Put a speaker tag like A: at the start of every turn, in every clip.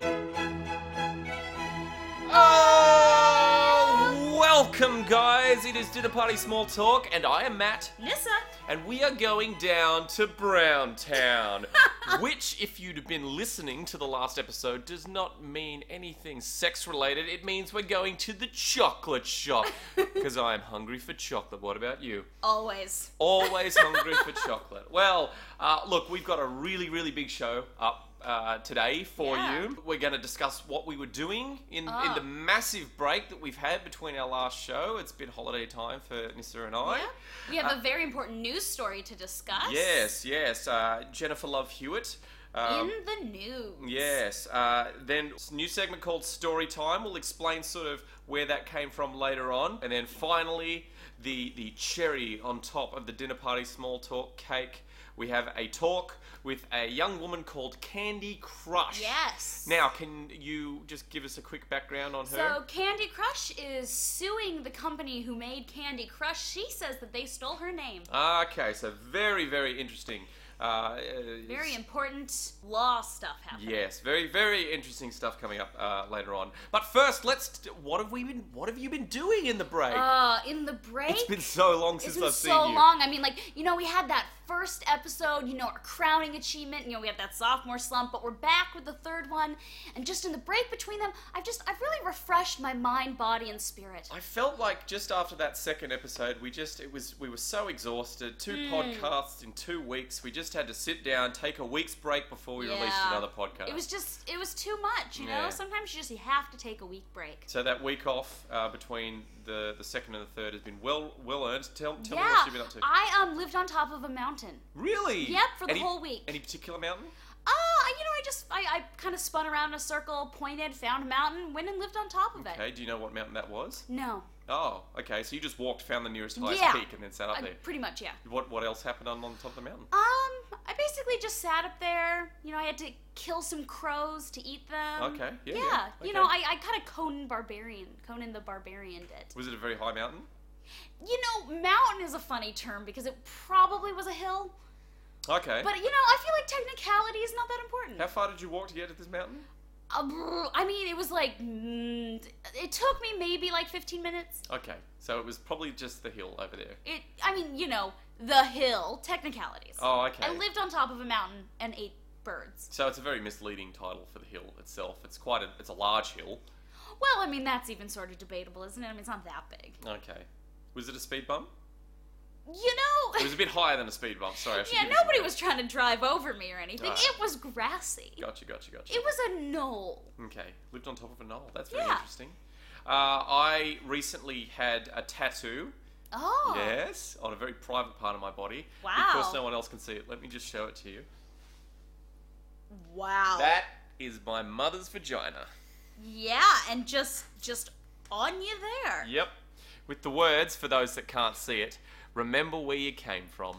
A: Oh, is Dinner Party Small Talk, and I am Matt,
B: Nissa.
A: and we are going down to Browntown. which, if you'd been listening to the last episode, does not mean anything sex related. It means we're going to the chocolate shop, because I am hungry for chocolate. What about you?
B: Always.
A: always hungry for chocolate. Well, uh, look, we've got a really, really big show up uh, today for
B: Yeah.
A: you. We're going to discuss what we were doing in, in
B: Ah.
A: the massive break that we've had between our last show. It's been holiday time for Nissa and I.
B: Yeah. We have a very important news story to discuss.
A: Yes, yes. Uh, Jennifer Love Hewitt. Um,
B: In the news.
A: Yes. Uh, then s- new segment called Story Time. We'll explain sort of where that came from later on, and then finally the the cherry on top of the dinner party small talk cake. We have a talk with a young woman called Candy Crush.
B: Yes.
A: Now, can you just give us a quick background on
B: So
A: her?
B: Candy Crush is suing the company who made Candy Crush. She says that they stole her name.
A: Uh, Okay, so very very interesting. Uh, uh,
B: Very important law stuff happening.
A: Yes, very very interesting stuff coming up uh, later on. But first, let's. t- What have we been? What have you been doing in the break?
B: Uh, in the break.
A: It's been so long
B: It's
A: since
B: been
A: I've
B: so
A: seen you.
B: long. I mean, like, you know, we had that first episode, you know, our crowning achievement, you know, we had that sophomore slump, but we're back with the third one. And just in the break between them, I've just, I've really refreshed my mind, body, and spirit.
A: I felt like just after that second episode, we just it was we were so exhausted. Two
B: Hmm.
A: podcasts in two weeks. We just had to sit down, take a week's break before we released
B: Yeah.
A: another podcast.
B: It was just, it was too much, you
A: Yeah.
B: know? Sometimes you just, you have to take a week break.
A: so that week off uh, between the, the second and the third has been well well earned. Tell, tell me
B: yeah,
A: what you've been up to.
B: I um lived on top of a mountain.
A: really?
B: Yep, for the
A: Any-
B: whole week.
A: Any particular mountain?
B: Ah, you know, I just, I, I kind of spun around in a circle, pointed, found a mountain, went and lived on top of it.
A: Okay. Do you know what mountain that was?
B: No,
A: Oh, okay. So you just walked, found the nearest highest
B: Yeah.
A: peak, and then sat up
B: I-
A: there.
B: pretty much, yeah.
A: What what else happened on, on top of the mountain?
B: Um, I basically just sat up there. You know, I had to kill some crows to eat them.
A: Okay, yeah,
B: Yeah.
A: yeah,
B: You know,
A: okay.
B: I, I kind of Conan Barbarian, Conan the Barbarian did.
A: Was it a very high mountain?
B: You know, mountain is a funny term because it probably was a hill.
A: Okay.
B: But you know, I feel like technicality is not that important.
A: How far did you walk to get to this mountain?
B: Uh, brr, I mean, it was like mm, it took me maybe like 15 minutes.
A: Okay, so it was probably just the hill over there.
B: It. I mean, you know, the hill technicalities.
A: Oh, okay.
B: I lived on top of a mountain and ate birds.
A: so it's a very misleading title for the hill itself. It's quite a, it's a large hill.
B: Well, I mean, that's even sort of debatable, isn't it? I mean, it's not that big.
A: Okay. Was it a speed bump?
B: You
A: It
B: know,
A: was a bit higher than a speed bump. Sorry, I should
B: yeah,
A: give you some
B: nobody
A: credit.
B: was trying to drive over me or anything.
A: Alright.
B: It was grassy.
A: Gotcha, gotcha, gotcha.
B: It was a knoll.
A: Okay, lived on top of a knoll. That's very
B: Yeah.
A: interesting. Uh, I recently had a tattoo.
B: Oh.
A: Yes, on a very private part of my body. Of
B: Wow.
A: course, no one else can see it. Let me just show it to you.
B: Wow.
A: That is my mother's vagina.
B: yeah, and just just on you there.
A: Yep. With the words, for those that can't see it, remember where you came from.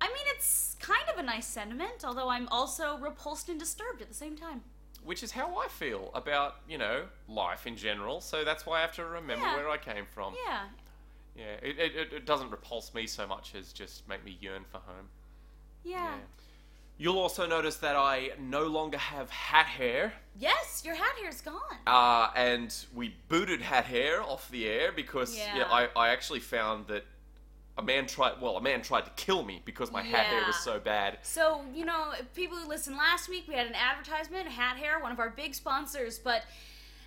B: I mean, it's kind of a nice sentiment, although I'm also repulsed and disturbed at the same time.
A: Which is how I feel about, you know, life in general. So that's why I have to remember
B: Yeah.
A: where I came from.
B: Yeah.
A: Yeah. It, it, it- it doesn't repulse me so much as just make me yearn for home.
B: Yeah.
A: You'll also notice that I no longer have hat hair.
B: Yes, your hat hair's gone.
A: Uh, and we booted hat hair off the air because yeah.
B: Yeah.
A: I, I actually found that a man tried, well, a man tried to kill me because my hat hair was
B: Yeah.
A: so bad.
B: So, you know, people who listened last week, we had an advertisement, Hat Hair, one of our big sponsors, but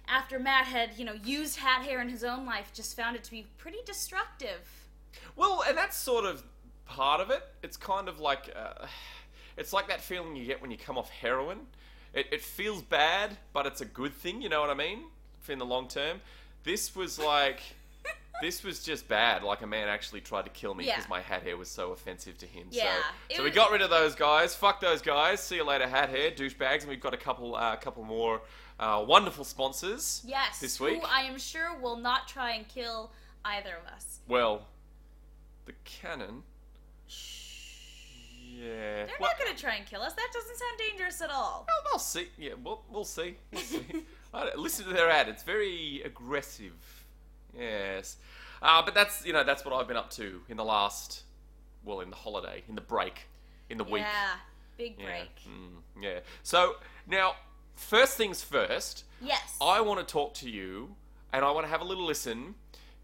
B: after Matt had, you know, used Hat Hair in his own life, just found it to be pretty destructive.
A: Well, and that's sort of part of it. It's kind of like uh, it's like that feeling you get when you come off heroin. It, it feels bad, but it's a good thing. You know what I mean? In the long term, this was like this was just bad. Like a man actually tried to kill me
B: Yeah.
A: because my hat hair was so offensive to him.
B: Yeah,
A: So,
B: it
A: so we
B: was-
A: got rid of those guys. Fuck those guys. See you later, hat hair douchebags. And we've got a couple, uh, couple more uh, wonderful sponsors.
B: Yes.
A: This week.
B: Who I am sure will not try and kill either of us.
A: Well, the cannon. Yeah.
B: They're
A: well,
B: not going to try and kill us. That doesn't sound dangerous at all.
A: well, they'll see. Yeah, we'll, we'll see. We'll see. I don't- listen to their ad. It's very aggressive. Yes. Uh, but that's, you know, that's what I've been up to in the last, well, in the holiday, in the break, in the week.
B: Yeah. Big
A: Yeah.
B: break.
A: Mm, yeah. So, now, first things first,
B: Yes.
A: I want to talk to you and I want to have a little listen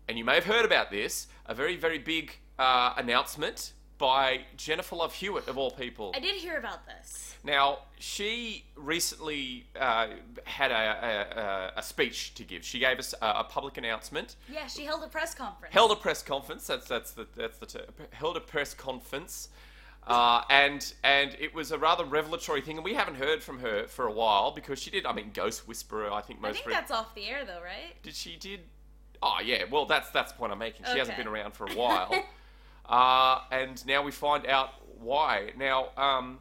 A: and you may have heard about this, a very, very big uh, announcement by Jennifer Love Hewitt, of all people.
B: I did hear about this.
A: Now, she recently uh, had a, a, a speech to give. She gave us a, a public announcement,
B: Yeah, she held a press conference.
A: held a press conference. That's that's the that's the term. Held a press conference, uh, and and it was a rather revelatory thing. And we haven't heard from her for a while because she did. I mean, Ghost Whisperer. I think
B: I
A: most.
B: think
A: re-
B: that's off the air though, right?
A: did she did? Oh yeah. Well, that's that's the point I'm making. She hasn't
B: Okay.
A: been around for a while, uh, and now we find out why. Now, um,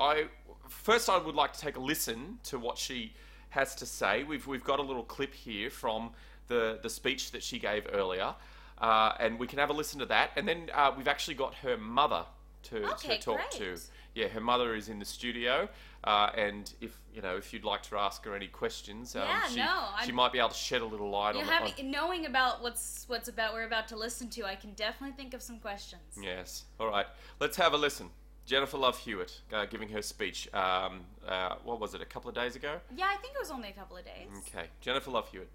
A: I first I would like to take a listen to what she has to say. We've we've got a little clip here from the the speech that she gave earlier, uh, and we can have a listen to that. And then uh, we've actually got her mother to,
B: Okay,
A: to talk to.
B: great.
A: Yeah, her mother is in the studio, uh, and if you know if you'd like to ask her any questions, um,
B: Yeah,
A: she,
B: no,
A: she
B: I'm-
A: might be able to shed a little light
B: You
A: on,
B: know,
A: the- on
B: having knowing about what's what's about we're about to listen to, I can definitely think of some questions.
A: Yes. All right. Let's have a listen. Jennifer Love Hewitt uh, giving her speech. Um, uh, what was it? A couple of days ago.
B: Yeah, I think it was only a couple of days.
A: Okay. Jennifer Love Hewitt.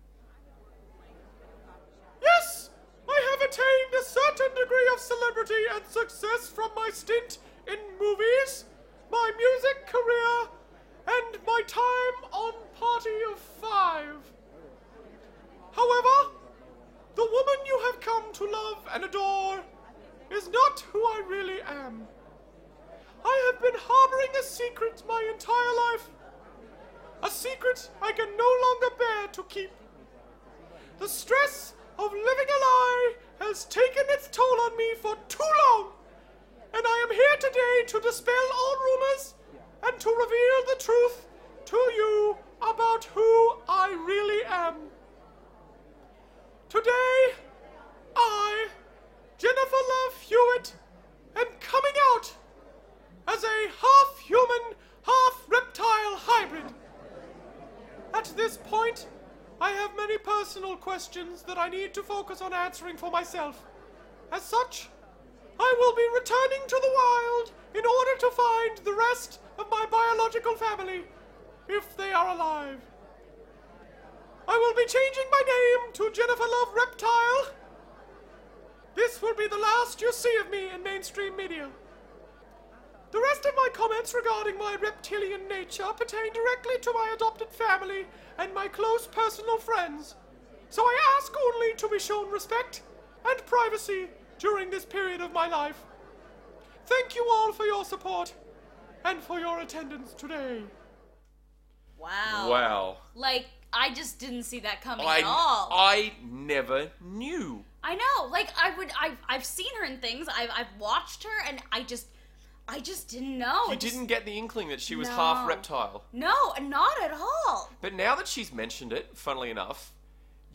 A: Yes, I have attained a certain degree of celebrity and success from my stint in movies, my music career, and my time on Party of Five. However, the woman you have come to love and adore is not who I really am. I have been harboring a secret my entire life a secret I can no longer bear to keep. The stress of living a lie has taken its toll on me for too long, and I am here today to dispel all rumors and to reveal the truth to you about who I really am. Today, I, Jennifer Love Hewitt, am coming out as a half human, half reptile hybrid. At this point, I have many personal questions that I need to focus on answering for myself. As such, I will be returning to the wild in order to find the rest of my biological family, if they are alive. I will be changing my name to Jennifer Love Reptile. This will be the last you see of me in mainstream media. The rest of my comments regarding my reptilian nature pertain directly to my adopted family and my close personal friends. So I ask only to be shown respect and privacy during this period of my life. Thank you all for your support and for your attendance today.
B: Wow.
A: Wow.
B: Like I just didn't see that coming
A: I,
B: at all.
A: I never knew.
B: I know. Like I would I've I've seen her in things. I've I've watched her and I just I just didn't know.
A: You
B: It Oh, just-
A: didn't get the inkling that she was
B: No.
A: half reptile.
B: No, not at all.
A: But now that she's mentioned it, funnily enough,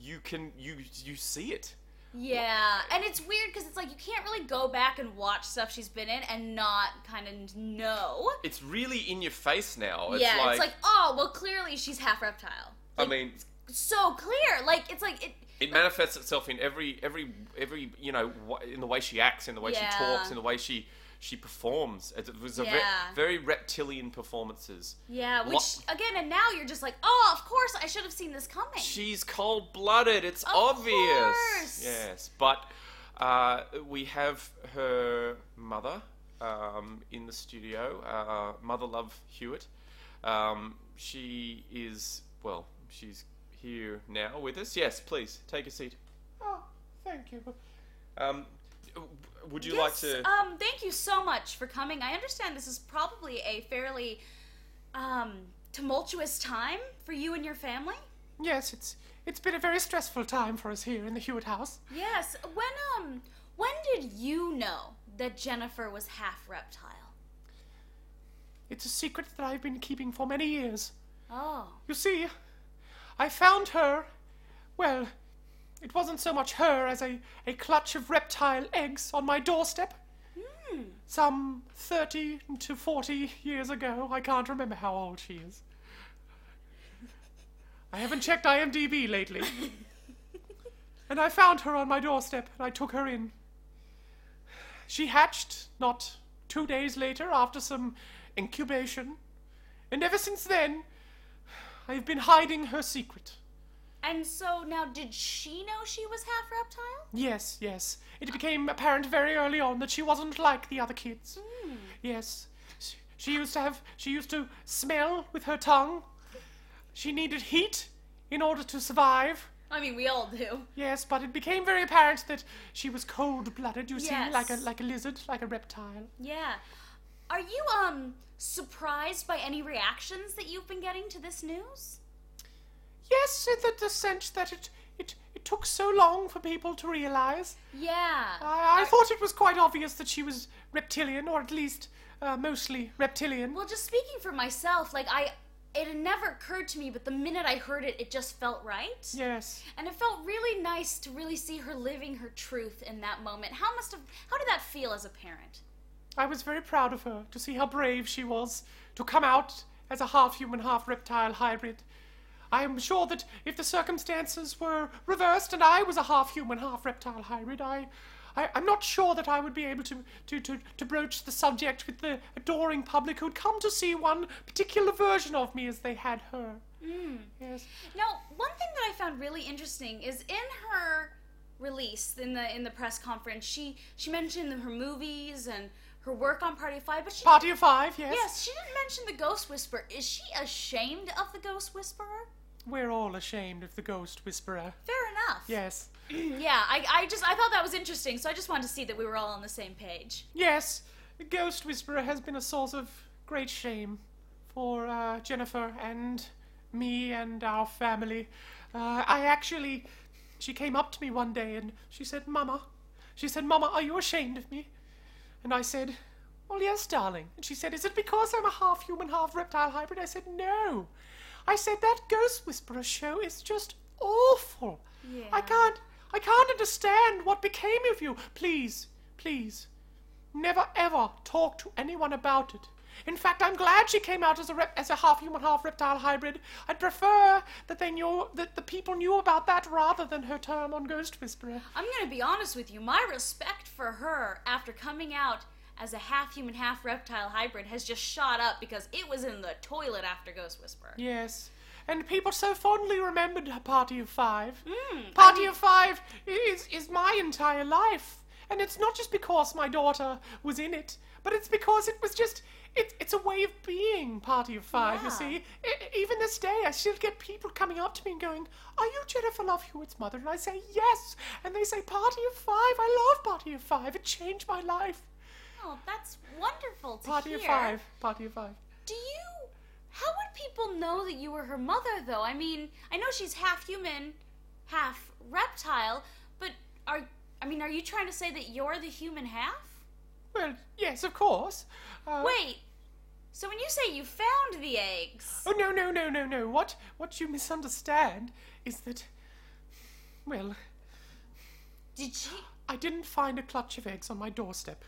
A: you can you you see it.
B: Yeah, and it's weird because it's like you can't really go back and watch stuff she's been in and not kind of know.
A: It's really in your face now. It's
B: yeah,
A: like,
B: it's like oh well, clearly she's half reptile.
A: I mean,
B: So clear, like it's like it.
A: it manifests itself in every every every you know wa- in the way she acts, in the way she
B: Yeah.
A: talks, in the way she she performs. It was a ve-
B: Yeah.
A: very reptilian performances.
B: Yeah,
A: Lo-
B: which again, and now you're just like, oh, of course, I should have seen this coming.
A: She's cold blooded. It's
B: Of
A: obvious.
B: course.
A: Yes, but uh, we have her mother um, in the studio. Uh, mother Love Hewitt. Um, she is well. She's here now with us. Yes, please take a seat. Oh, thank you. Um, w- would you like
B: Yes,
A: to?
B: Um, thank you so much for coming. I understand this is probably a fairly um tumultuous time for you and your family.
C: Yes, it's it's been a very stressful time for us here in the Hewitt house.
B: Yes. When um when did you know that Jennifer was half reptile?
C: It's a secret that I've been keeping for many years.
B: Oh.
C: You see, I found her. Well, it wasn't so much her as a, a clutch of reptile eggs on my doorstep. Some 30 to 40 years ago. I can't remember how old she is. I haven't checked IMDb lately. and I found her on my doorstep and I took her in. She hatched not two days later after some incubation. And ever since then, I've been hiding her secret.
B: And so now, did she know she was half reptile?
C: Yes, yes. It became apparent very early on that she wasn't like the other kids. Yes. She, she used to have she used to smell with her tongue. She needed heat in order to survive.
B: I mean, we all do.
C: Yes, but it became very apparent that she was cold-blooded, you see, like a
B: Yes.
C: like a lizard, like a reptile.
B: Yeah. Are you um surprised by any reactions that you've been getting to this news?
C: Yes, in the, the sense that it, it it took so long for people to realize.
B: Yeah.
C: I, I thought it was quite obvious that she was reptilian, or at least uh, mostly reptilian.
B: Well, just speaking for myself, like I it had never occurred to me, but the minute I heard it, it just felt right.
C: Yes.
B: And it felt really nice to really see her living her truth in that moment. How must have how did that feel as a parent?
C: I was very proud of her to see how brave she was to come out as a half human, half reptile hybrid. I am sure that if the circumstances were reversed and I was a half human, half reptile hybrid, I, I I'm not sure that I would be able to, to, to, to broach the subject with the adoring public who'd come to see one particular version of me as they had her. Yes.
B: Now, one thing that I found really interesting is in her release in the in the press conference, she she mentioned her movies and her work on Party of Five, but she
C: Party of five, yes.
B: yes, she didn't mention the Ghost Whisperer. Is she ashamed of the Ghost Whisperer?
C: We're all ashamed of the ghost whisperer.
B: Fair enough.
C: Yes.
B: Yeah, I, I just I thought that was interesting, so I just wanted to see that we were all on the same page.
C: Yes, the Ghost Whisperer has been a source of great shame for uh, Jennifer and me and our family. Uh, I actually, she came up to me one day and she said, Mama, she said, Mama, are you ashamed of me? And I said, Well, yes, darling. And she said, Is it because I'm a half human, half reptile hybrid? I said, No. I said, That Ghost Whisperer show is just awful. I
B: Yeah.
C: can't, I can't understand what became of you. Please, please, never ever talk to anyone about it. In fact, I'm glad she came out as a rep- as a half human, half reptile hybrid. I'd prefer that they knew that the people knew about that rather than her term on Ghost Whisperer.
B: I'm gonna be honest with you, my respect for her after coming out as a half human, half reptile hybrid has just shot up because it was in the toilet after Ghost Whisperer.
C: Yes, and people so fondly remembered her Party of Five. Party of Five i- is is my entire life, and it's not just because my daughter was in it, but it's because it was just it, it's a way of being. Party of Five, you
B: Yeah.
C: see. E- even this day, I still get people coming up to me and going, "Are you Jennifer Love Hewitt's mother?" And I say, "Yes," and they say, "Party of Five. I love Party of Five. It changed my life."
B: Oh, that's wonderful to
C: Party
B: hear.
C: of Five. Party of Five.
B: Do you? How would people know that you were her mother, though? I mean, I know she's half human, half reptile, but are I mean, are you trying to say that you're the human half?
C: Well, yes, of course. Uh,
B: Wait. So when you say you found the eggs,
C: Oh no no no no no! What what you misunderstand is that, well,
B: did she?
C: I didn't find a clutch of eggs on my doorstep.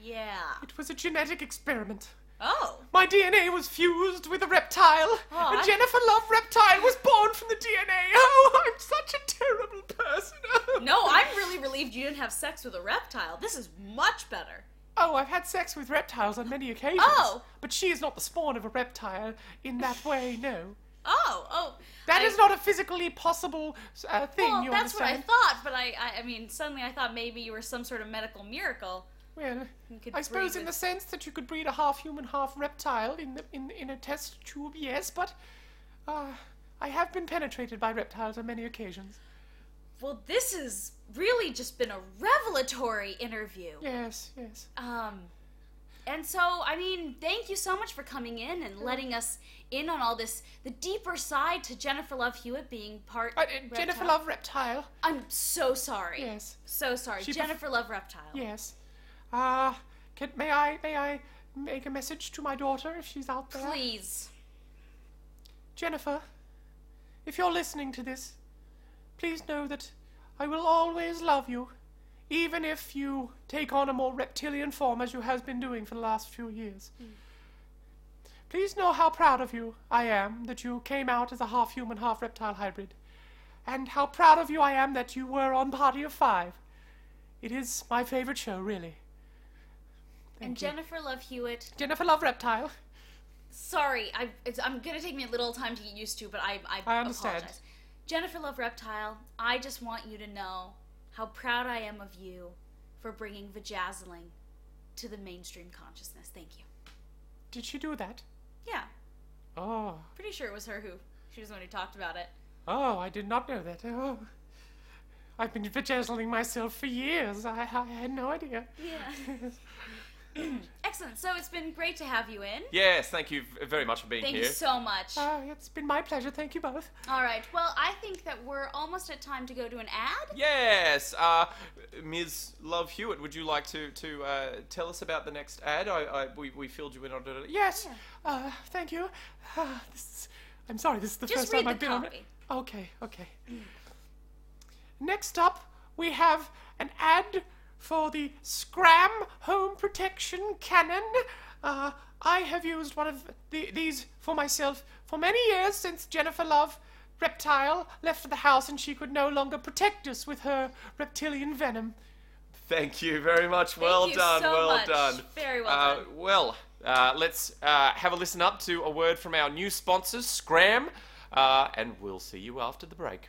B: Yeah.
C: It was a genetic experiment.
B: Oh.
C: My DNA was fused with a reptile, and
B: I-
C: Jennifer Love Reptile was born from the DNA. Oh, I'm such a terrible person.
B: No, I'm really relieved you didn't have sex with a reptile. This is much better.
C: Oh, I've had sex with reptiles on many occasions.
B: Oh.
C: But she is not the spawn of a reptile in that way. No,
B: Oh, oh.
C: that
B: I-
C: is not a physically possible uh, thing.
B: Well,
C: you
B: that's what I
C: understand?
B: thought, but I, I, I mean, suddenly I thought maybe you were some sort of medical miracle.
C: Well,
B: could
C: I suppose
B: breed
C: in
B: it.
C: the sense that you could breed a half human, half reptile in the, in in a test tube, yes, but uh, I have been penetrated by reptiles on many occasions.
B: Well, this has really just been a revelatory interview.
C: Yes, yes.
B: Um, and so, I mean, thank you so much for coming in and letting us in on all this, the deeper side to Jennifer Love Hewitt being part.
C: Uh, uh, Jennifer
B: reptile.
C: Love Reptile.
B: I'm so sorry.
C: Yes,
B: So sorry.
C: She pref-
B: Jennifer Love Reptile.
C: yes. Uh, can, may I may I make a message to my daughter if she's out there?
B: Please.
C: Jennifer, if you're listening to this, please know that I will always love you, even if you take on a more reptilian form as you has been doing for the last few years. Please know how proud of you I am that you came out as a half human, half reptile hybrid, and how proud of you I am that you were on Party of Five. It is my favorite show, really.
B: and Jennifer Love Hewitt.
C: Jennifer Love Reptile.
B: Sorry, I, it's, I'm gonna take me a little time to get used to, but I I,
C: I understand.
B: apologize. Jennifer Love Reptile, I just want you to know how proud I am of you for bringing vajazzling to the mainstream consciousness. Thank you.
C: Did she do that?
B: Yeah,
C: Oh,
B: pretty sure it was her who she was the one who talked about it.
C: oh, I did not know that. Oh, I've been vajazzling myself for years. I, I had no idea.
B: Yeah. Excellent. So it's been great to have you in.
A: Yes, thank you v- very much for being
B: Thank
A: here.
B: you so much.
C: Ah, it's been my pleasure. Thank you both.
B: All right. Well, I think that we're almost at time to go to an ad.
A: Yes, uh, Ms. Love Hewitt, would you like to to uh, tell us about the next ad? I, I we, we filled you in on it.
C: Yes.
B: Yeah.
C: Uh, thank you. Ah, this is, I'm sorry, this is the
B: Just
C: first
B: read
C: time
B: the
C: I've been
B: copy. Mm.
C: on it. Okay, okay. Next up, we have an ad for the Scram Home Protection Cannon. Uh, I have used one of the, these for myself for many years since Jennifer Love Reptile left the house and she could no longer protect us with her reptilian venom.
A: Thank you very much. well
B: you
A: done.
B: so
A: well
B: much.
A: done.
B: Very well
A: uh,
B: done.
A: Well, uh, let's uh, have a listen up to a word from our new sponsors, Scram, uh, and we'll see you after the break.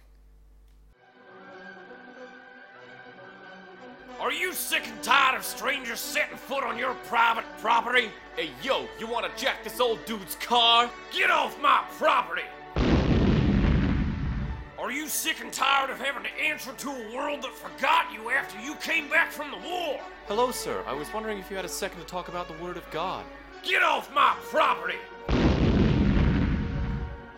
A: Are you sick and tired of strangers setting foot on your private property? Hey, yo, you want to jack this old dude's car? Get off my property! Are you sick and tired of having to answer to a world that forgot you after you came back from the war? Hello, sir. I was wondering if you had a second to talk about the Word of God. Get off my property!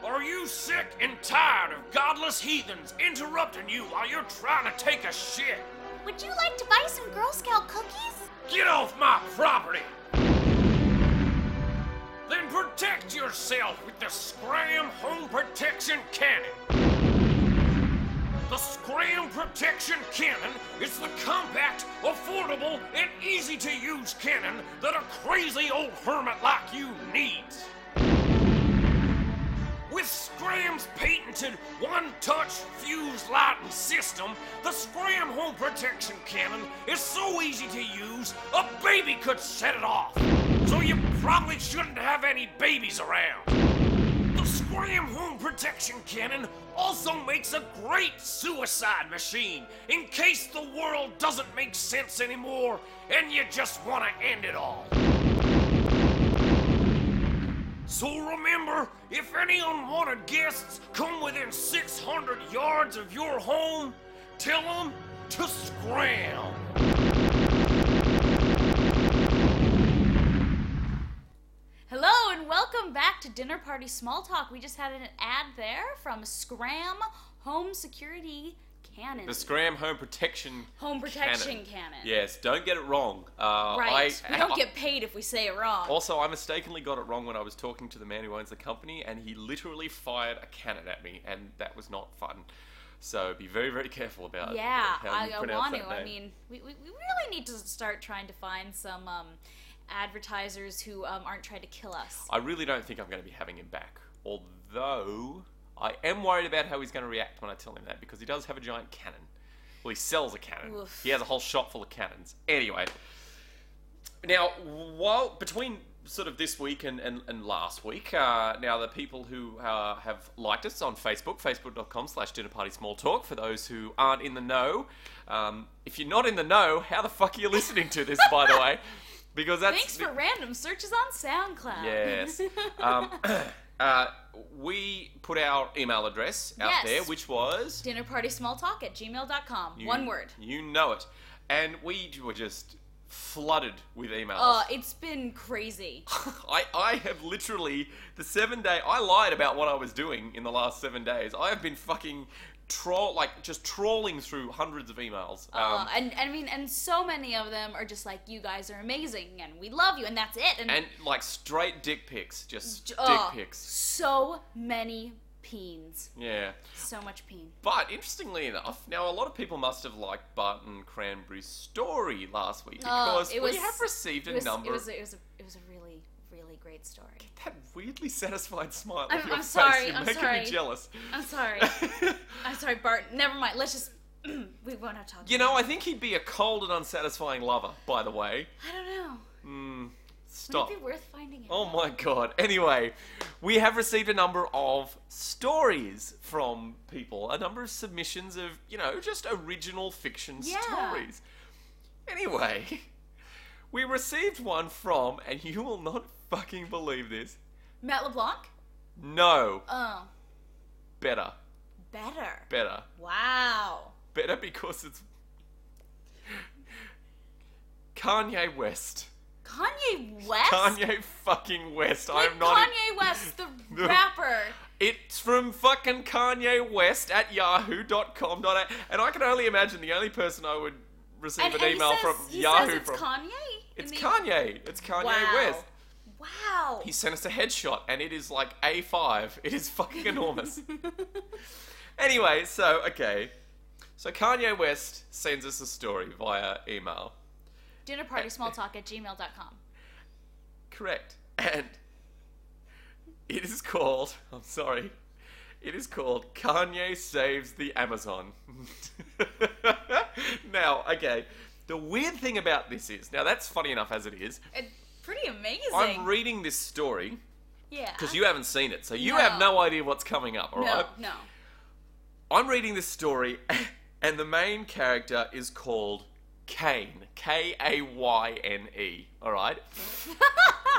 A: Are you sick and tired of godless heathens interrupting you while you're trying to take a shit?
B: Would you like to buy some Girl Scout cookies?
A: Get off my property! Then protect yourself with the Scram Home Protection Cannon! The Scram Protection Cannon is the compact, affordable, and easy to use cannon that a crazy old hermit like you needs! With Scram's patented one touch fuse lighting system, the Scram Home Protection Cannon is so easy to use, a baby could set it off. So you probably shouldn't have any babies around. The Scram Home Protection Cannon also makes a great suicide machine in case the world doesn't make sense anymore and you just want to end it all. So remember, if any unwanted guests come within 600 yards of your home, tell them to scram.
B: Hello and welcome back to Dinner Party Small Talk. We just had an ad there from Scram Home Security Cannon.
A: The Scram Home Protection.
B: Home Protection Cannon.
A: Yes, don't get it wrong. Uh,
B: Right.
A: I,
B: we don't
A: I-
B: get paid if we say it wrong.
A: Also, I mistakenly got it wrong when I was talking to the man who owns the company, and he literally fired a cannon at me, and that was not fun. So be very, very careful about
B: yeah,
A: how
B: I,
A: you
B: I
A: pronounce
B: want
A: that
B: to. I
A: name.
B: mean, we, we, we really need to start trying to find some um, advertisers who um, aren't trying to kill us.
A: I really don't think I'm going to be having him back. Although I am worried about how he's going to react when I tell him that because he does have a giant cannon. Well, he sells a cannon.
B: Oof.
A: He has a whole shop full of cannons. Anyway, now while between sort of this week and, and, and last week, uh, now the people who uh, have liked us on Facebook, facebook.com slash dinner party small talk, for those who aren't in the know, um, if you're not in the know, how the fuck are you listening to this, by the way? Because that's
B: Thanks for random searches on SoundCloud.
A: Yes. um, uh, we put our email address out
B: Yes.
A: there, which was
B: Dinnerpartysmalltalk at gmail.com.
A: you-
B: One word.
A: You know it, and we were just flooded with emails.
B: Uh, it's been crazy.
A: I, I have literally the seven day. I lied about what I was doing in the last seven days. I have been fucking troll like just trawling through hundreds of emails. um,
B: Uh, and, and I mean, and so many of them are just like, you guys are amazing and we love you, and that's it. And,
A: and like straight dick pics, just
B: uh,
A: dick pics.
B: So many peens.
A: Yeah.
B: So much peen.
A: But interestingly enough, now a lot of people must have liked Barton Cranberry's story last week because
B: Oh, it
A: we
B: was-
A: have received
B: It
A: a
B: was,
A: number.
B: it was, it was, a, it was a really, really great story.
A: that weirdly satisfied smile. on
B: I'm-
A: your
B: I'm
A: face.
B: sorry,
A: You're
B: I'm
A: making
B: sorry.
A: me jealous.
B: I'm sorry. I'm sorry, Bart. Never mind. Let's just. we won't have talk.
A: you know, I think he'd be a cold and unsatisfying lover. By the way,
B: I don't know.
A: Stop.
B: Would it be worth finding out?
A: Oh my god. Anyway, we have received a number of stories from people, a number of submissions of, you know, just original fiction
B: Yeah.
A: stories. Anyway, we received one from, and you will not fucking believe this.
B: Matt LeBlanc?
A: No,
B: Oh,
A: better,
B: better.
A: better,
B: Wow.
A: better because it's Kanye West.
B: Kanye West?
A: Kanye fucking West.
B: Like
A: I'm not.
B: Kanye West, the rapper.
A: It's from fucking Kanye West at yahoo.com. And I can only imagine the only person I would receive
B: And,
A: an
B: and he
A: email
B: says,
A: from
B: he
A: Yahoo
B: says it's
A: from.
B: Kanye? I
A: it's
B: mean,
A: Kanye. It's Kanye
B: wow.
A: West.
B: Wow.
A: He sent us a headshot and it is like A5. It is fucking enormous. anyway, so, okay. So Kanye West sends us a story via email.
B: Dinnerpartysmalltalk at gmail.com.
A: Correct. And it is called, I'm sorry, it is called Kanye Saves the Amazon. now, okay, the weird thing about this is, now that's funny enough as it is,
B: It's Uh, pretty amazing.
A: I'm reading this story
B: yeah.
A: because you haven't seen it, so you
B: No.
A: have no idea what's coming up,
B: No,
A: alright?
B: no.
A: I'm reading this story, and the main character is called Kane. K A Y N E, alright?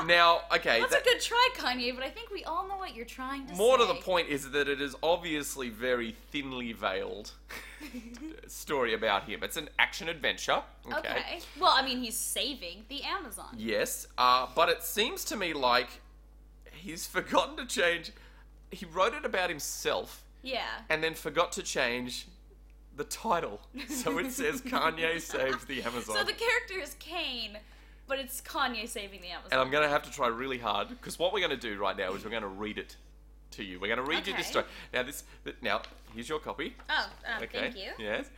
A: now, okay.
B: That's
A: that-
B: a good try, Kanye, but I think we all know what you're trying to
A: More
B: say.
A: to the point is that it is obviously very thinly veiled story about him. It's an action adventure. Okay.
B: Okay. Well, I mean, he's saving the Amazon.
A: Yes, uh, but it seems to me like he's forgotten to change. He wrote it about himself
B: Yeah.
A: and then forgot to change the title. So it says Kanye saves the Amazon.
B: So the character is Kane, but it's Kanye saving the Amazon.
A: and I'm going to have to try really hard because what we're going to do right now is we're going to read it to you. We're going to read you this
B: Okay.
A: story. Now this th- now here's your copy.
B: Oh, uh, thank you.
A: Yes.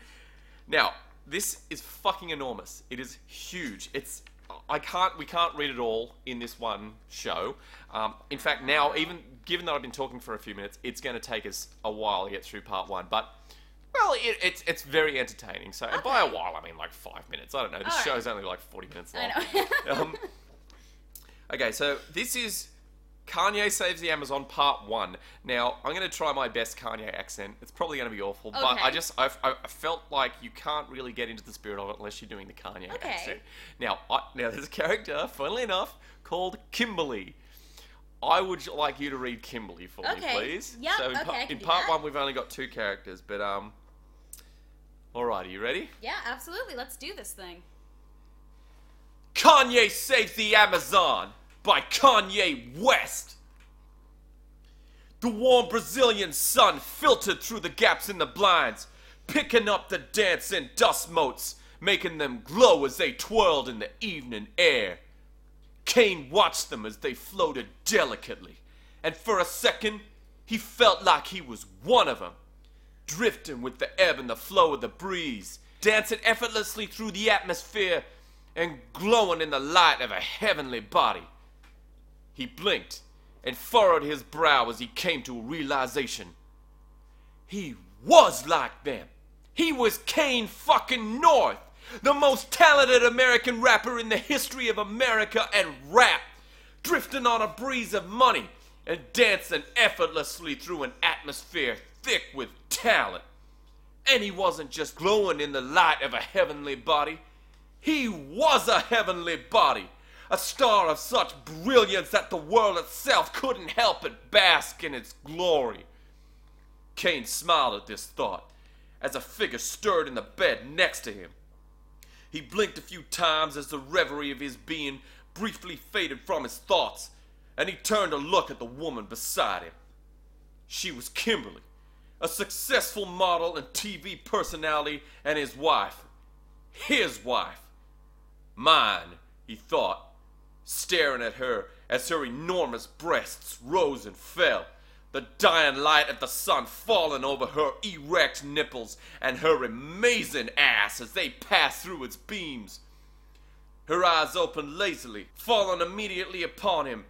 A: Now, this is fucking enormous. It is huge. It's I can't we can't read it all in this one show. Um, in fact, now even given that I've been talking for a few minutes, it's going to take us a while to get through part one. But well, it, it's it's very entertaining. So and by a
B: Okay.
A: while, I mean like five minutes. I don't know. This
B: All
A: show's only like forty minutes long.
B: I know.
A: Um, okay, so this is Kanye Saves the Amazon Part 1. Now, I'm going to try my best Kanye accent. It's probably going to be awful, but
B: Okay.
A: I just, I, I I felt like you can't really get into the spirit of it unless you're doing the Kanye
B: Okay.
A: accent. Now, I, now, there's a character, funnily enough, called Kimberly. I would like you to read Kimberly for me,
B: Okay.
A: please.
B: Yep,
A: so in,
B: okay,
A: par-
B: I can
A: in
B: do
A: part
B: that.
A: one, we've only got two characters, but um, all right, are you ready?
B: yeah, absolutely. Let's do this thing.
A: Kanye Saves the Amazon by Kanye West. The warm Brazilian sun filtered through the gaps in the blinds, picking up the dancing dust motes, making them glow as they twirled in the evening air. Kane watched them as they floated delicately, and for a second, he felt like he was one of them drifting with the ebb and the flow of the breeze, dancing effortlessly through the atmosphere and glowing in the light of a heavenly body. He blinked and furrowed his brow as he came to a realization. He was like them. He was Kane fucking North, the most talented American rapper in the history of America and rap, drifting on a breeze of money and dancing effortlessly through an atmosphere thick with talent. And he wasn't just glowing in the light of a heavenly body. He was a heavenly body, a star of such brilliance that the world itself couldn't help but bask in its glory. Kane smiled at this thought as a figure stirred in the bed next to him. He blinked a few times as the reverie of his being briefly faded from his thoughts, and he turned to look at the woman beside him. She was Kimberly, a successful model and TV personality, and his wife. His wife. Mine, he thought, staring at her as her enormous breasts rose and fell, the dying light of the sun falling over her erect nipples and her amazing ass as they passed through its beams. Her eyes opened lazily, falling immediately upon him,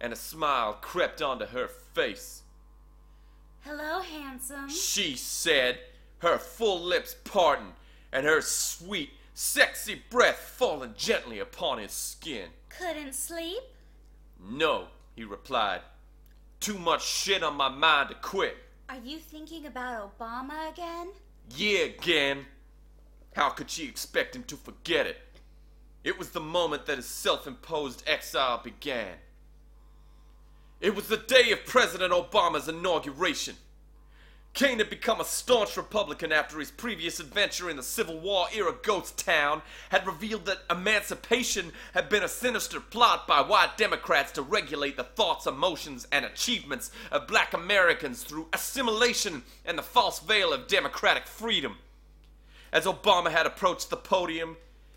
A: and a smile crept onto her face.
B: Hello, handsome.
A: She said, her full lips parting and her sweet, sexy breath falling gently upon his skin.
B: Couldn't sleep?
A: No, he replied. Too much shit on my mind to quit.
B: Are you thinking about Obama again?
A: Yeah, again. How could she expect him to forget it? It was the moment that his self imposed exile began. It was the day of President Obama's inauguration. Kane had become a staunch Republican after his previous adventure in the Civil War era ghost town had revealed that emancipation had been a sinister plot by white Democrats to regulate the thoughts, emotions, and achievements of black Americans through assimilation and the false veil of democratic freedom. As Obama had approached the podium,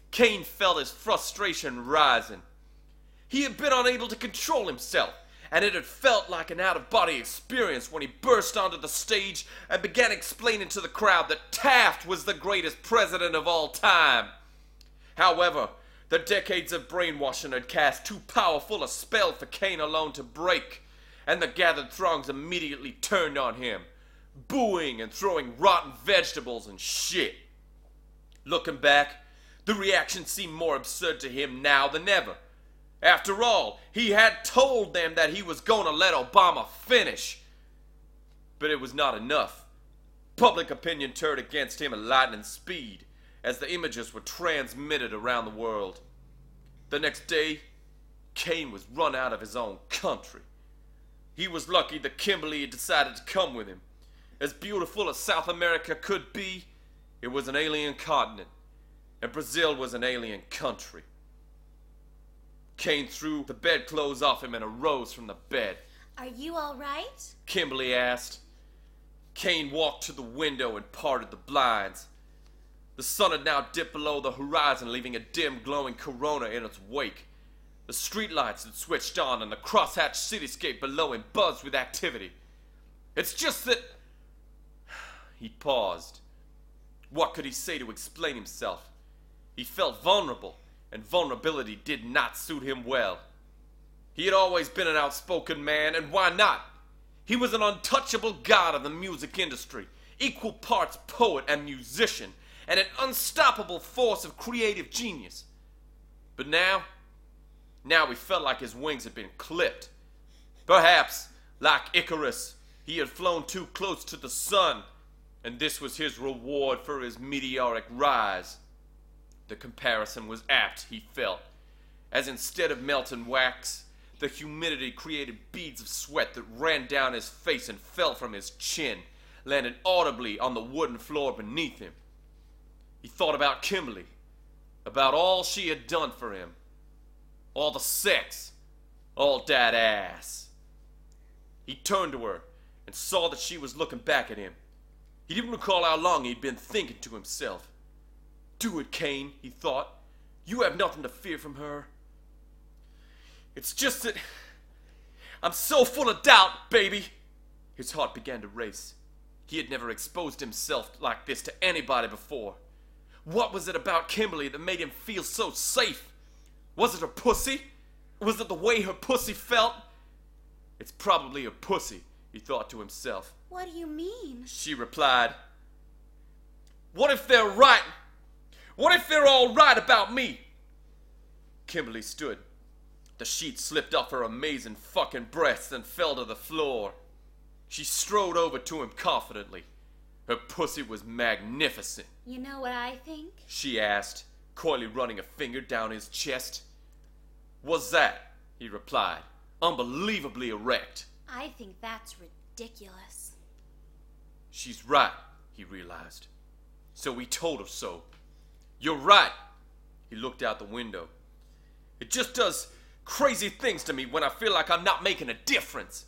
A: Kane felt his frustration rising. He had been unable to control himself, and it had felt like an out of body experience when he burst onto the stage and began explaining to the crowd that Taft was the greatest president of all time. However, the decades of brainwashing had cast too powerful a spell for Kane alone to break, and the gathered throngs immediately turned on him, booing and throwing rotten vegetables and shit. Looking back, the reaction seemed more absurd to him now than ever. After all, he had told them that he was going to let Obama finish. But it was not enough. Public opinion turned against him at lightning speed as the images were transmitted around the world. The next day, Kane was run out of his own country. He was lucky that Kimberly had decided to come with him. As beautiful as South America could be, it was an alien continent, and Brazil was an alien country. Kane threw the bedclothes off him and arose from the bed.
B: Are you alright?
A: Kimberly asked. Kane walked to the window and parted the blinds. The sun had now dipped below the horizon, leaving a dim, glowing corona in its wake. The streetlights had switched on, and the crosshatch cityscape below him buzzed with activity. It's just that. He paused. What could he say to explain himself? He felt vulnerable, and vulnerability did not suit him well. He had always been an outspoken man, and why not? He was an untouchable god of the music industry, equal parts poet and musician, and an unstoppable force of creative genius. But now, now he felt like his wings had been clipped. Perhaps, like Icarus, he had flown too close to the sun, and this was his reward for his meteoric rise. The comparison was apt, he felt, as instead of melting wax, the humidity created beads of sweat that ran down his face and fell from his chin, landed audibly on the wooden floor beneath him. He thought about Kimberly, about all she had done for him, all the sex, all that ass. He turned to her and saw that she was looking back at him. He didn't recall how long he'd been thinking to himself. Do it, Kane, he thought. You have nothing to fear from her. It's just that I'm so full of doubt, baby. His heart began to race. He had never exposed himself like this to anybody before. What was it about Kimberly that made him feel so safe? Was it her pussy? Was it the way her pussy felt? It's probably her pussy, he thought to himself.
B: What do you mean?
A: She replied, What if they're right? What if they're all right about me? Kimberly stood. The sheet slipped off her amazing fucking breasts and fell to the floor. She strode over to him confidently. Her pussy was magnificent,
B: You know what I think?
A: she asked, coyly running a finger down his chest. What's that? he replied, unbelievably erect.
B: I think that's ridiculous.
A: She's right, he realized. So he told her so. You're right. He looked out the window. It just does crazy things to me when I feel like I'm not making a difference.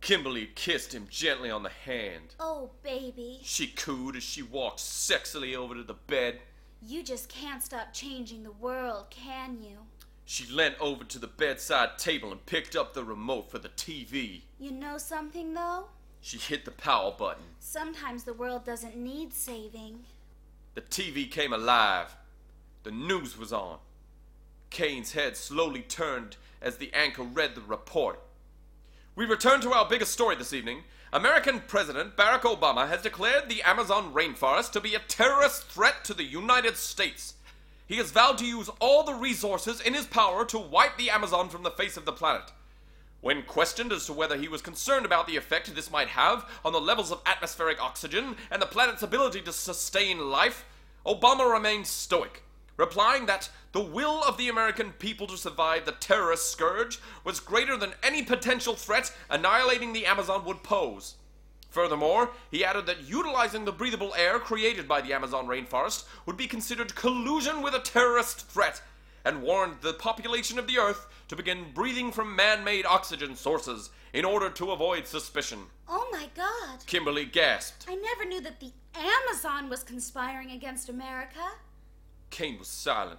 A: Kimberly kissed him gently on the hand.
B: Oh, baby,
A: She cooed as she walked sexily over to the bed.
B: you just can't stop changing the world, can you?
A: She leant over to the bedside table and picked up the remote for the TV.
B: You know something, though?
A: She hit the power button.
B: Sometimes the world doesn't need saving.
A: The TV came alive. The news was on. Kane's head slowly turned as the anchor read the report. We return to our biggest story this evening. American President Barack Obama has declared the Amazon rainforest to be a terrorist threat to the United States. He has vowed to use all the resources in his power to wipe the Amazon from the face of the planet. When questioned as to whether he was concerned about the effect this might have on the levels of atmospheric oxygen and the planet's ability to sustain life, Obama remained stoic, replying that the will of the American people to survive the terrorist scourge was greater than any potential threat annihilating the Amazon would pose. Furthermore, he added that utilizing the breathable air created by the Amazon rainforest would be considered collusion with a terrorist threat, and warned the population of the Earth to begin breathing from man made oxygen sources in order to avoid suspicion.
B: Oh my god.
A: Kimberly gasped.
B: I never knew that the Amazon was conspiring against America.
A: Kane was silent.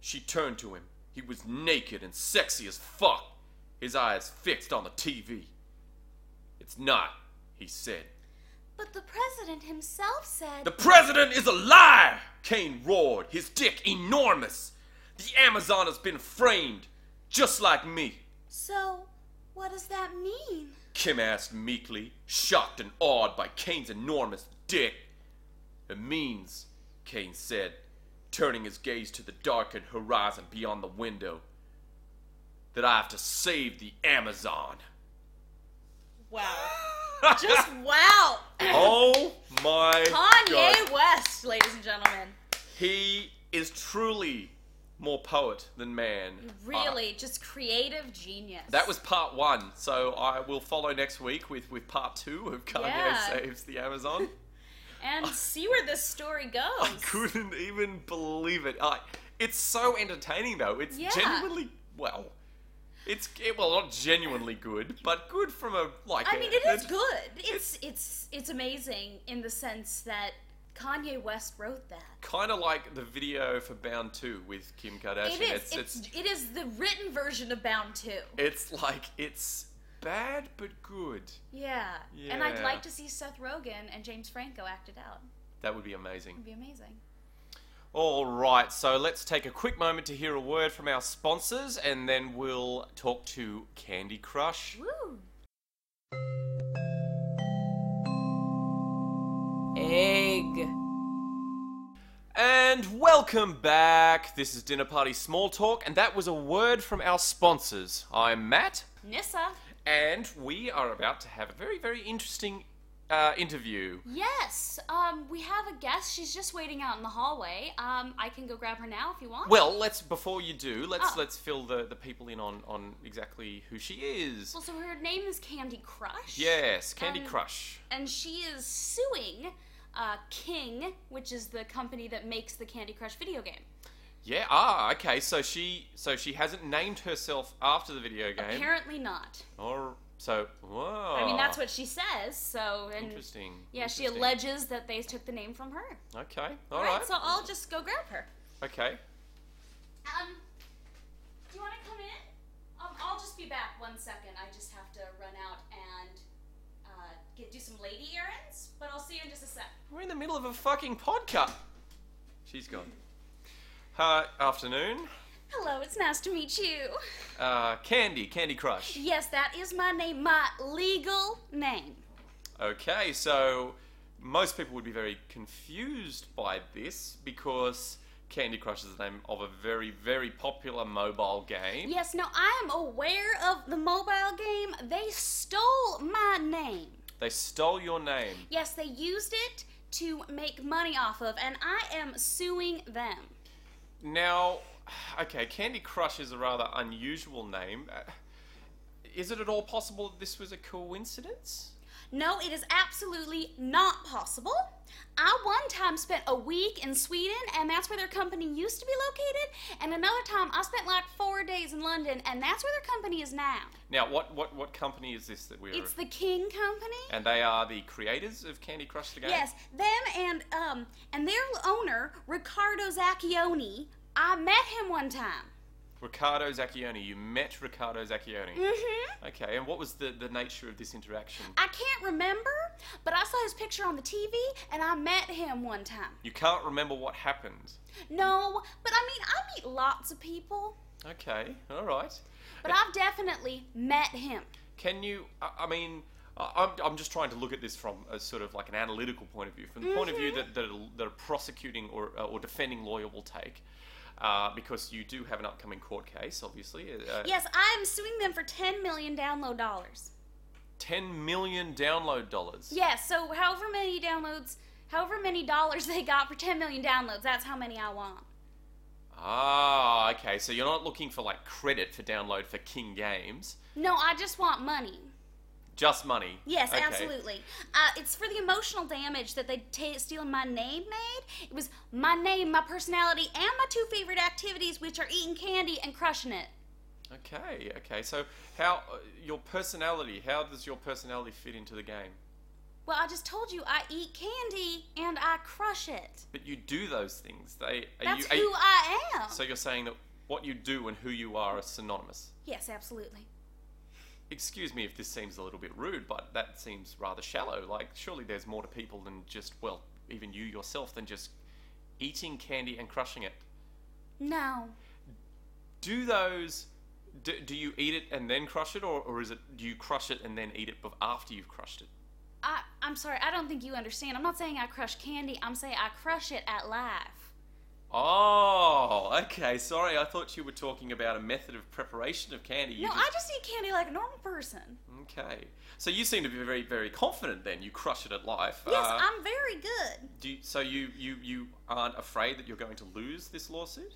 A: She turned to him. He was naked and sexy as fuck, his eyes fixed on the TV. It's not, he said.
B: But the president himself said.
A: The president is a liar! Kane roared, his dick enormous. The Amazon has been framed, just like me.
B: so, what does that mean?
A: Kim asked meekly, shocked and awed by Kane's enormous dick. It means, Kane said, turning his gaze to the darkened horizon beyond the window, that I have to save the Amazon.
D: Wow. Just wow.
A: oh my
D: Kanye
A: god.
D: West, ladies and gentlemen.
A: He is truly more poet than man. Uh,
D: Really, just creative genius.
A: Ah. That was part one, so I will follow next week with, with part two of Kanye
D: Yeah.
A: Saves the Amazon. Ah.
D: And see where this story goes.
A: I couldn't even believe it. I, it's so entertaining though. It's
D: Yeah.
A: genuinely well. It's it, well not genuinely good, but good from a like.
D: I
A: a-
D: mean, it is good. It's it's it's amazing in the sense that Kanye West wrote that.
A: Kind of like the video for Bound Two with Kim Kardashian.
D: It is.
A: It's,
D: It's,
A: it's it's
D: it is the written version of Bound Two.
A: like it's bad but good.
D: Yeah. And I'd
A: Yeah.
D: like to see Seth Rogen and James Franco act it out.
A: That would be amazing.
D: It'd be amazing.
A: All right, so let's take a quick moment to hear a word from our sponsors, and then we'll talk to Candy Crush.
D: Woo.
E: Egg.
A: And welcome back. This is Dinner Party Small Talk, and that was a word from our sponsors. I'm Matt,
D: Nissa.
A: and we are about to have a very, very interesting uh, interview.
B: Yes, um, we have a guest. She's just waiting out in the hallway. Um, I can go grab her now if you want.
A: Well, let's before you do, let's
B: Oh.
A: let's fill the, the people in on on exactly who she is.
B: Well, so her name is Candy Crush.
A: Yes, Candy
B: um,
A: Crush.
B: And she is suing uh, King, which is the company that makes the Candy Crush video game.
A: Yeah. Ah. Okay. So she so she hasn't named herself after the video game.
B: Apparently not.
A: or so. Whoa.
D: I mean, that's
A: what.
D: what she says.
B: So, and
A: Interesting.
B: yeah, she
A: interesting.
B: alleges that they took the name from her.
A: Okay.
D: All
A: All
D: right.
A: right.
D: So I'll just go grab her.
A: Okay.
B: Um, do you want to come in? Um, I'll just be back one second. I just have to run out and uh, get do some lady errands, but I'll see you in just a sec.
A: We're in the middle of a fucking podcast. She's gone. Uh, afternoon.
B: Hello, it's nice to meet you.
A: Uh, Candy, Candy Crush.
B: Yes, that is my name, my legal name.
A: Okay, so most people would be very confused by this because Candy Crush is the name of a very, very popular mobile game.
B: Yes, no, I am aware of the mobile game. They stole my name.
A: They stole your name.
B: Yes, they used it to make money off of, and I am suing them.
A: Now, okay, Candy Crush is a rather unusual name. Uh, Is it at all possible that this was a coincidence?
B: No, it is absolutely not possible. I one time spent a week in Sweden, and that's where their company used to be located. And another time, I spent like four days in London, and that's where their company is now.
A: Now, what, what, what company is this that we're
B: It's the King Company.
A: And they are the creators of Candy Crush the game?
B: Yes, them and um and their owner Ricardo Zacchioni. I met him one time.
A: Riccardo Zacchioni. You met Riccardo Zacchioni.
B: Mm-hmm.
A: Okay, and what was the, the nature of this interaction?
B: I can't remember, but I saw his picture on the TV, and I met him one time.
A: You can't remember what happened.
B: No, but I mean, I meet lots of people.
A: Okay, alright.
B: But I've definitely met him.
A: Can you, I, I mean, I- I'm, I'm just trying to look at this from a sort of like an analytical point of view, from the point of view that, that, a, that a prosecuting or, uh, or defending lawyer will take, uh, because you do have an upcoming court case, obviously. Uh,
B: Yes, I'm suing them for 10 million download dollars.
A: 10 million download dollars.
B: Yeah, so however many downloads, however many dollars they got for 10 million downloads, that's how many I want.
A: Ah, okay. So you're not looking for like credit for download for King Games,
B: No, I just want money.
A: just money.
B: Yes,
A: Okay.
B: absolutely. Uh, it's for the emotional damage that they ta stealing my name made. It was my name, my personality, and my two favorite activities, which are eating candy and crushing it.
A: Okay, okay. So how uh, your personality? How does your personality fit into the game?
B: Well, I just told you I eat candy and I crush it.
A: But you do those things. They are
B: That's
A: you, are
B: who
A: you-
B: I am.
A: So you're saying that what you do and who you are are synonymous.
B: yes, absolutely.
A: Excuse me if this seems a little bit rude, but that seems rather shallow. Like surely there's more to people than just well, even you yourself than just eating candy and crushing it.
B: No.
A: do those do, do you eat it and then crush it or, or is it do you crush it and then eat it bef- after you've crushed it
B: I, I'm sorry, I don't think you understand. I'm not saying I crush candy, I'm saying I crush it at life.
A: oh okay sorry i thought you were talking about a method of preparation of candy you
B: No, I just eat candy like a normal person.
A: okay so you seem to be very very confident then you crush it at life
B: Yes,
A: Uh,
B: I'm very good.
A: do you, so you you you aren't afraid that you're going to lose this lawsuit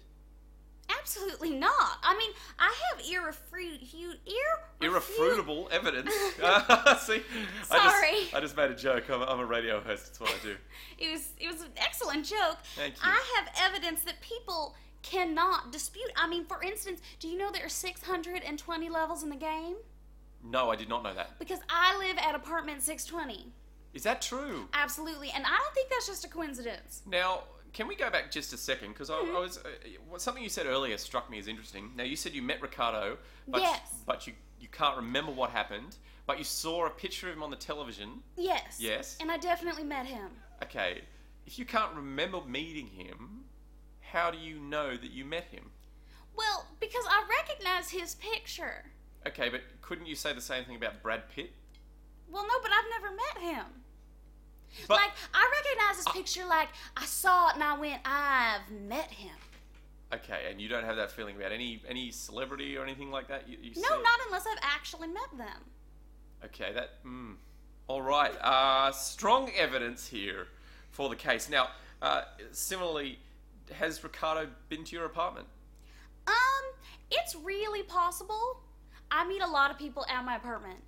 B: Absolutely not. I mean, I have irrefru- you, irrefru-
A: irrefutable evidence Uh, see I, just,
B: Sorry.
A: I just made a joke I'm, I'm a radio host it's what i do
B: It was it was an excellent joke.
A: Thank you.
B: I have evidence that people cannot dispute. I mean, for instance, do you know there are 620 levels in the game?
A: no i did not know that
B: Because I live at apartment 620.
A: is that true
B: Absolutely, and I don't think that's just a coincidence.
A: Now, can we go back just a second? Because
B: Mm-hmm.
A: I, I was uh, well, something you said earlier struck me as interesting. Now you said you met Ricardo, but
B: Yes.
A: but you you can't remember what happened, but you saw a picture of him on the television.
B: Yes.
A: Yes.
B: And I definitely met him.
A: Okay, if you can't remember meeting him, how do you know that you met him?
B: Well, because I recognize his picture.
A: Okay, but couldn't you say the same thing about Brad Pitt?
B: Well, no, but I've never met him.
A: But
B: like I recognize his picture. Like I saw it and I went, I've met him.
A: okay, and you don't have that feeling about any any celebrity or anything like that. You, you
B: No,
A: saw-
B: not unless I've actually met them.
A: Okay, that. Mm. All right. Uh, strong evidence here for the case. Now, uh, similarly, has Ricardo been to your apartment?
B: Um, it's really possible. I meet a lot of people at my apartment.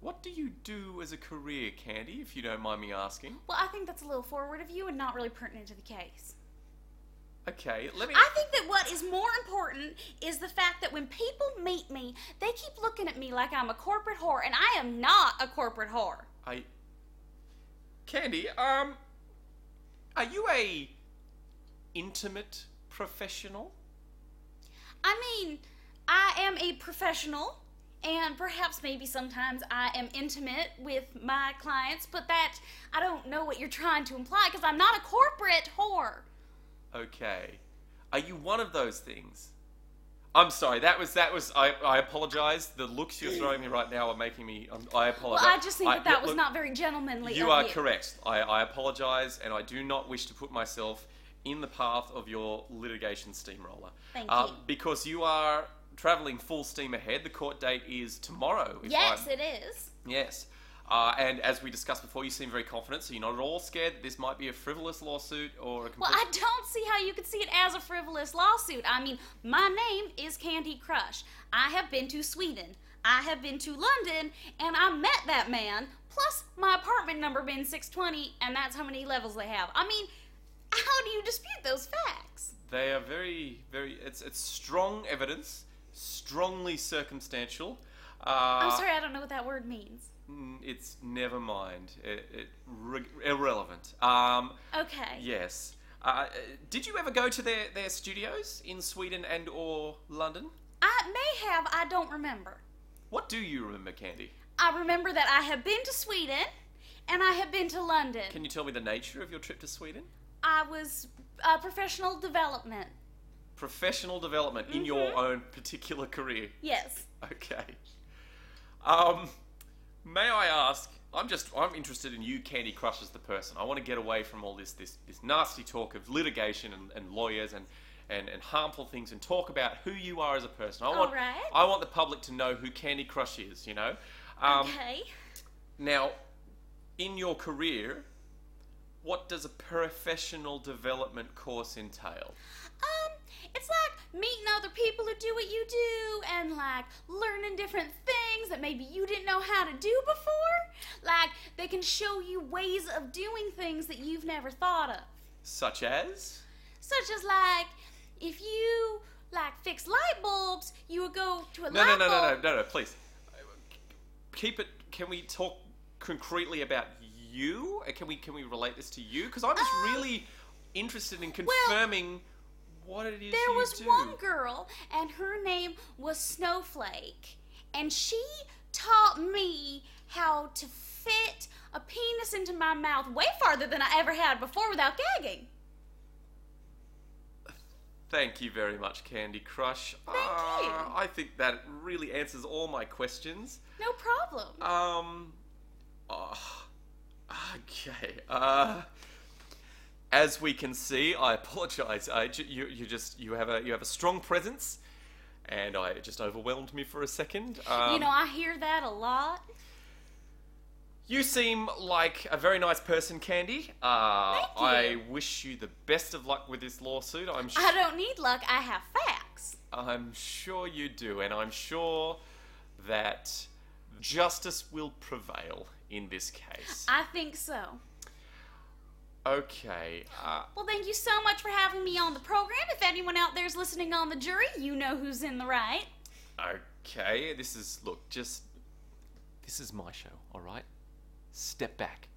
A: What do you do as a career, Candy, if you don't mind me asking?
B: Well, I think that's a little forward of you and not really pertinent to the case.
A: Okay, let me.
B: I think that what is more important is the fact that when people meet me, they keep looking at me like I'm a corporate whore, and I am not a corporate whore.
A: I. Candy, um, are you a intimate professional?
B: I mean, I am a professional, and perhaps maybe sometimes I am intimate with my clients, but that I don't know what you're trying to imply because I'm not a corporate whore.
A: Okay, are you one of those things? I'm sorry. That was that was. I, I apologize. The looks you're throwing me right now are making me. Um, I
B: Well,
A: apologize.
B: I just think that that was
A: look,
B: not very gentlemanly.
A: You
B: of
A: are
B: you.
A: correct. I, I apologize, and I do not wish to put myself in the path of your litigation steamroller.
B: Thank
A: Uh,
B: you.
A: Because you are traveling full steam ahead. The court date is tomorrow. if
B: Yes,
A: I'm-
B: it is.
A: Yes. Uh, and as we discussed before, you seem very confident, so you're not at all scared that this might be a frivolous lawsuit or a complete.
B: Well, I don't see how you could see it as a frivolous lawsuit. I mean, my name is Candy Crush. I have been to Sweden. I have been to London, and I met that man. Plus, my apartment number being 620, and that's how many levels they have. I mean, how do you dispute those facts?
A: They are very, very. It's it's strong evidence, strongly circumstantial. Uh,
B: I'm sorry, I don't know what that word means.
A: n- It's never mind. It, it, re- irrelevant. Um,
B: Okay.
A: Yes. Uh, did you ever go to their, their studios in Sweden and or London?
B: I may have, I don't remember.
A: What do you remember, Candy?
B: I remember that I have been to Sweden, and I have been to London.
A: Can you tell me the nature of your trip to Sweden?
B: I was uh, professional development.
A: Professional development in
B: Mm-hmm.
A: your own particular career.
B: Yes.
A: Okay. Um, May I ask? I'm just I'm interested in you, Candy Crush, as the person. I want to get away from all this this this nasty talk of litigation and, and lawyers and, and and harmful things, and talk about who you are as a person. I want
B: Alright.
A: I want the public to know who Candy Crush is. You know. Um,
B: Okay.
A: Now, in your career, what does a professional development course entail?
B: Um, it's like meeting other people who do what you do and like learning different things that maybe you didn't know how to do before. Like they can show you ways of doing things that you've never thought of.
A: Such as
B: Such as like if you like fix light bulbs, you would go to a
A: no, no,
B: light
A: no,
B: bulb.
A: no, no, no, no, please. Keep it. Can we talk concretely about you? Uh, Can we can we relate this to you? Because I'm just
B: Um,
A: really interested in confirming what it is
B: There
A: you
B: was
A: do.
B: one girl, and her name was Snowflake, and she taught me how to fit a penis into my mouth way farther than I ever had before without gagging.
A: Thank you very much, Candy Crush. Thank
B: you.
A: I think that really answers all my questions.
B: No problem.
A: Um. ah, okay. Uh. As we can see, I apologize. I ju- you you just you have a you have a strong presence, and I it just overwhelmed me for a second. Um,
B: you know, I hear that a lot.
A: you seem like a very nice person, Candy. Uh,
B: Thank you.
A: I wish you the best of luck with this lawsuit. I'm sh-
B: I don't need luck, I have facts.
A: I'm sure you do, and I'm sure that justice will prevail in this case.
B: I think so.
A: Okay. Uh,
B: Well, thank you so much for having me on the program. If anyone out there's listening on the jury, you know who's in the right.
A: Okay, this is look, just this is my show, all right? Step back.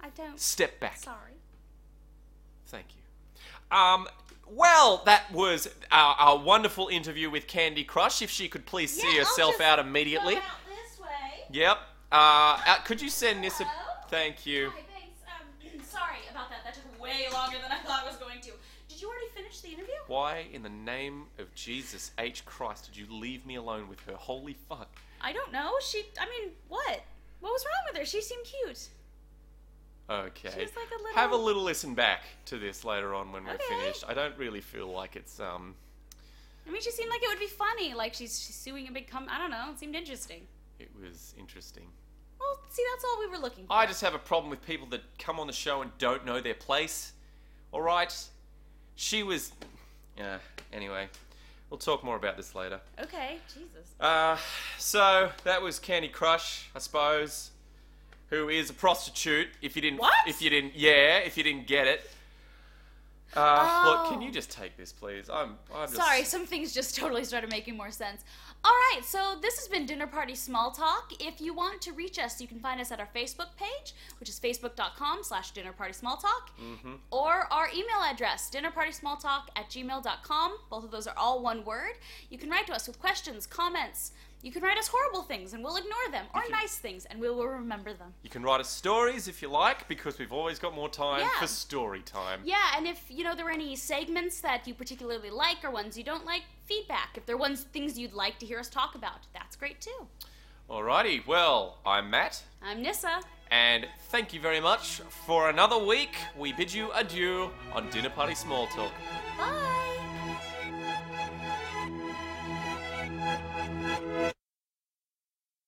B: I don't.
A: Step back.
B: Sorry.
A: Thank you. Um well, that was our, our wonderful interview with Candy Crush. If she could please see
B: Yeah, I'll
A: herself
B: just
A: out
B: Go
A: immediately.
B: out this way.
A: Yep. Uh, uh, could you send this? A,
B: Hello?
A: thank you.
B: Hi, thanks. Um, sorry about that. That took way longer than I thought it was going to. Did you already finish the interview?
A: Why in the name of Jesus H Christ did you leave me alone with her? Holy fuck.
B: I don't know. She. I mean, what? What was wrong with her? She seemed cute.
A: Okay.
B: She was like a little-
A: Have a little listen back to this later on when we're
B: Okay.
A: finished. I don't really feel like it's um
B: I mean, she seemed like it would be funny. Like she's, she's suing a big com. I don't know. It seemed interesting.
A: It was interesting.
B: Well, see, that's all we were looking for.
A: I just have a problem with people that come on the show and don't know their place. All right? She was. Yeah, anyway. We'll talk more about this later.
B: Okay. Jesus.
A: Uh, so, that was Candy Crush, I suppose, who is a prostitute, if you didn't.
B: What?
A: If you didn't. Yeah, if you didn't get it. Uh, Look, can you just take this, please? I'm, I'm just.
B: Oh. Sorry, some things just totally started making more sense. All right, so this has been Dinner Party Small Talk. If you want to reach us, you can find us at our Facebook page, which is facebook.com slash dinnerpartysmalltalk, or our email address, dinnerpartysmalltalk at gmail.com. Both of those are all one word. You can write to us with questions, comments. You can write us horrible things, and we'll ignore them, or nice things, and we will remember them.
A: You can write us stories if you like, because we've always got more time
B: Yeah.
A: for story time.
B: Yeah, and if you know there are any segments that you particularly like or ones you don't like, feedback. If there are ones things you'd like to hear us talk about, that's great too.
A: Alrighty, well, I'm Matt.
B: I'm Nissa.
A: And thank you very much for another week. We bid you adieu on Dinner Party Small Talk.
B: Bye.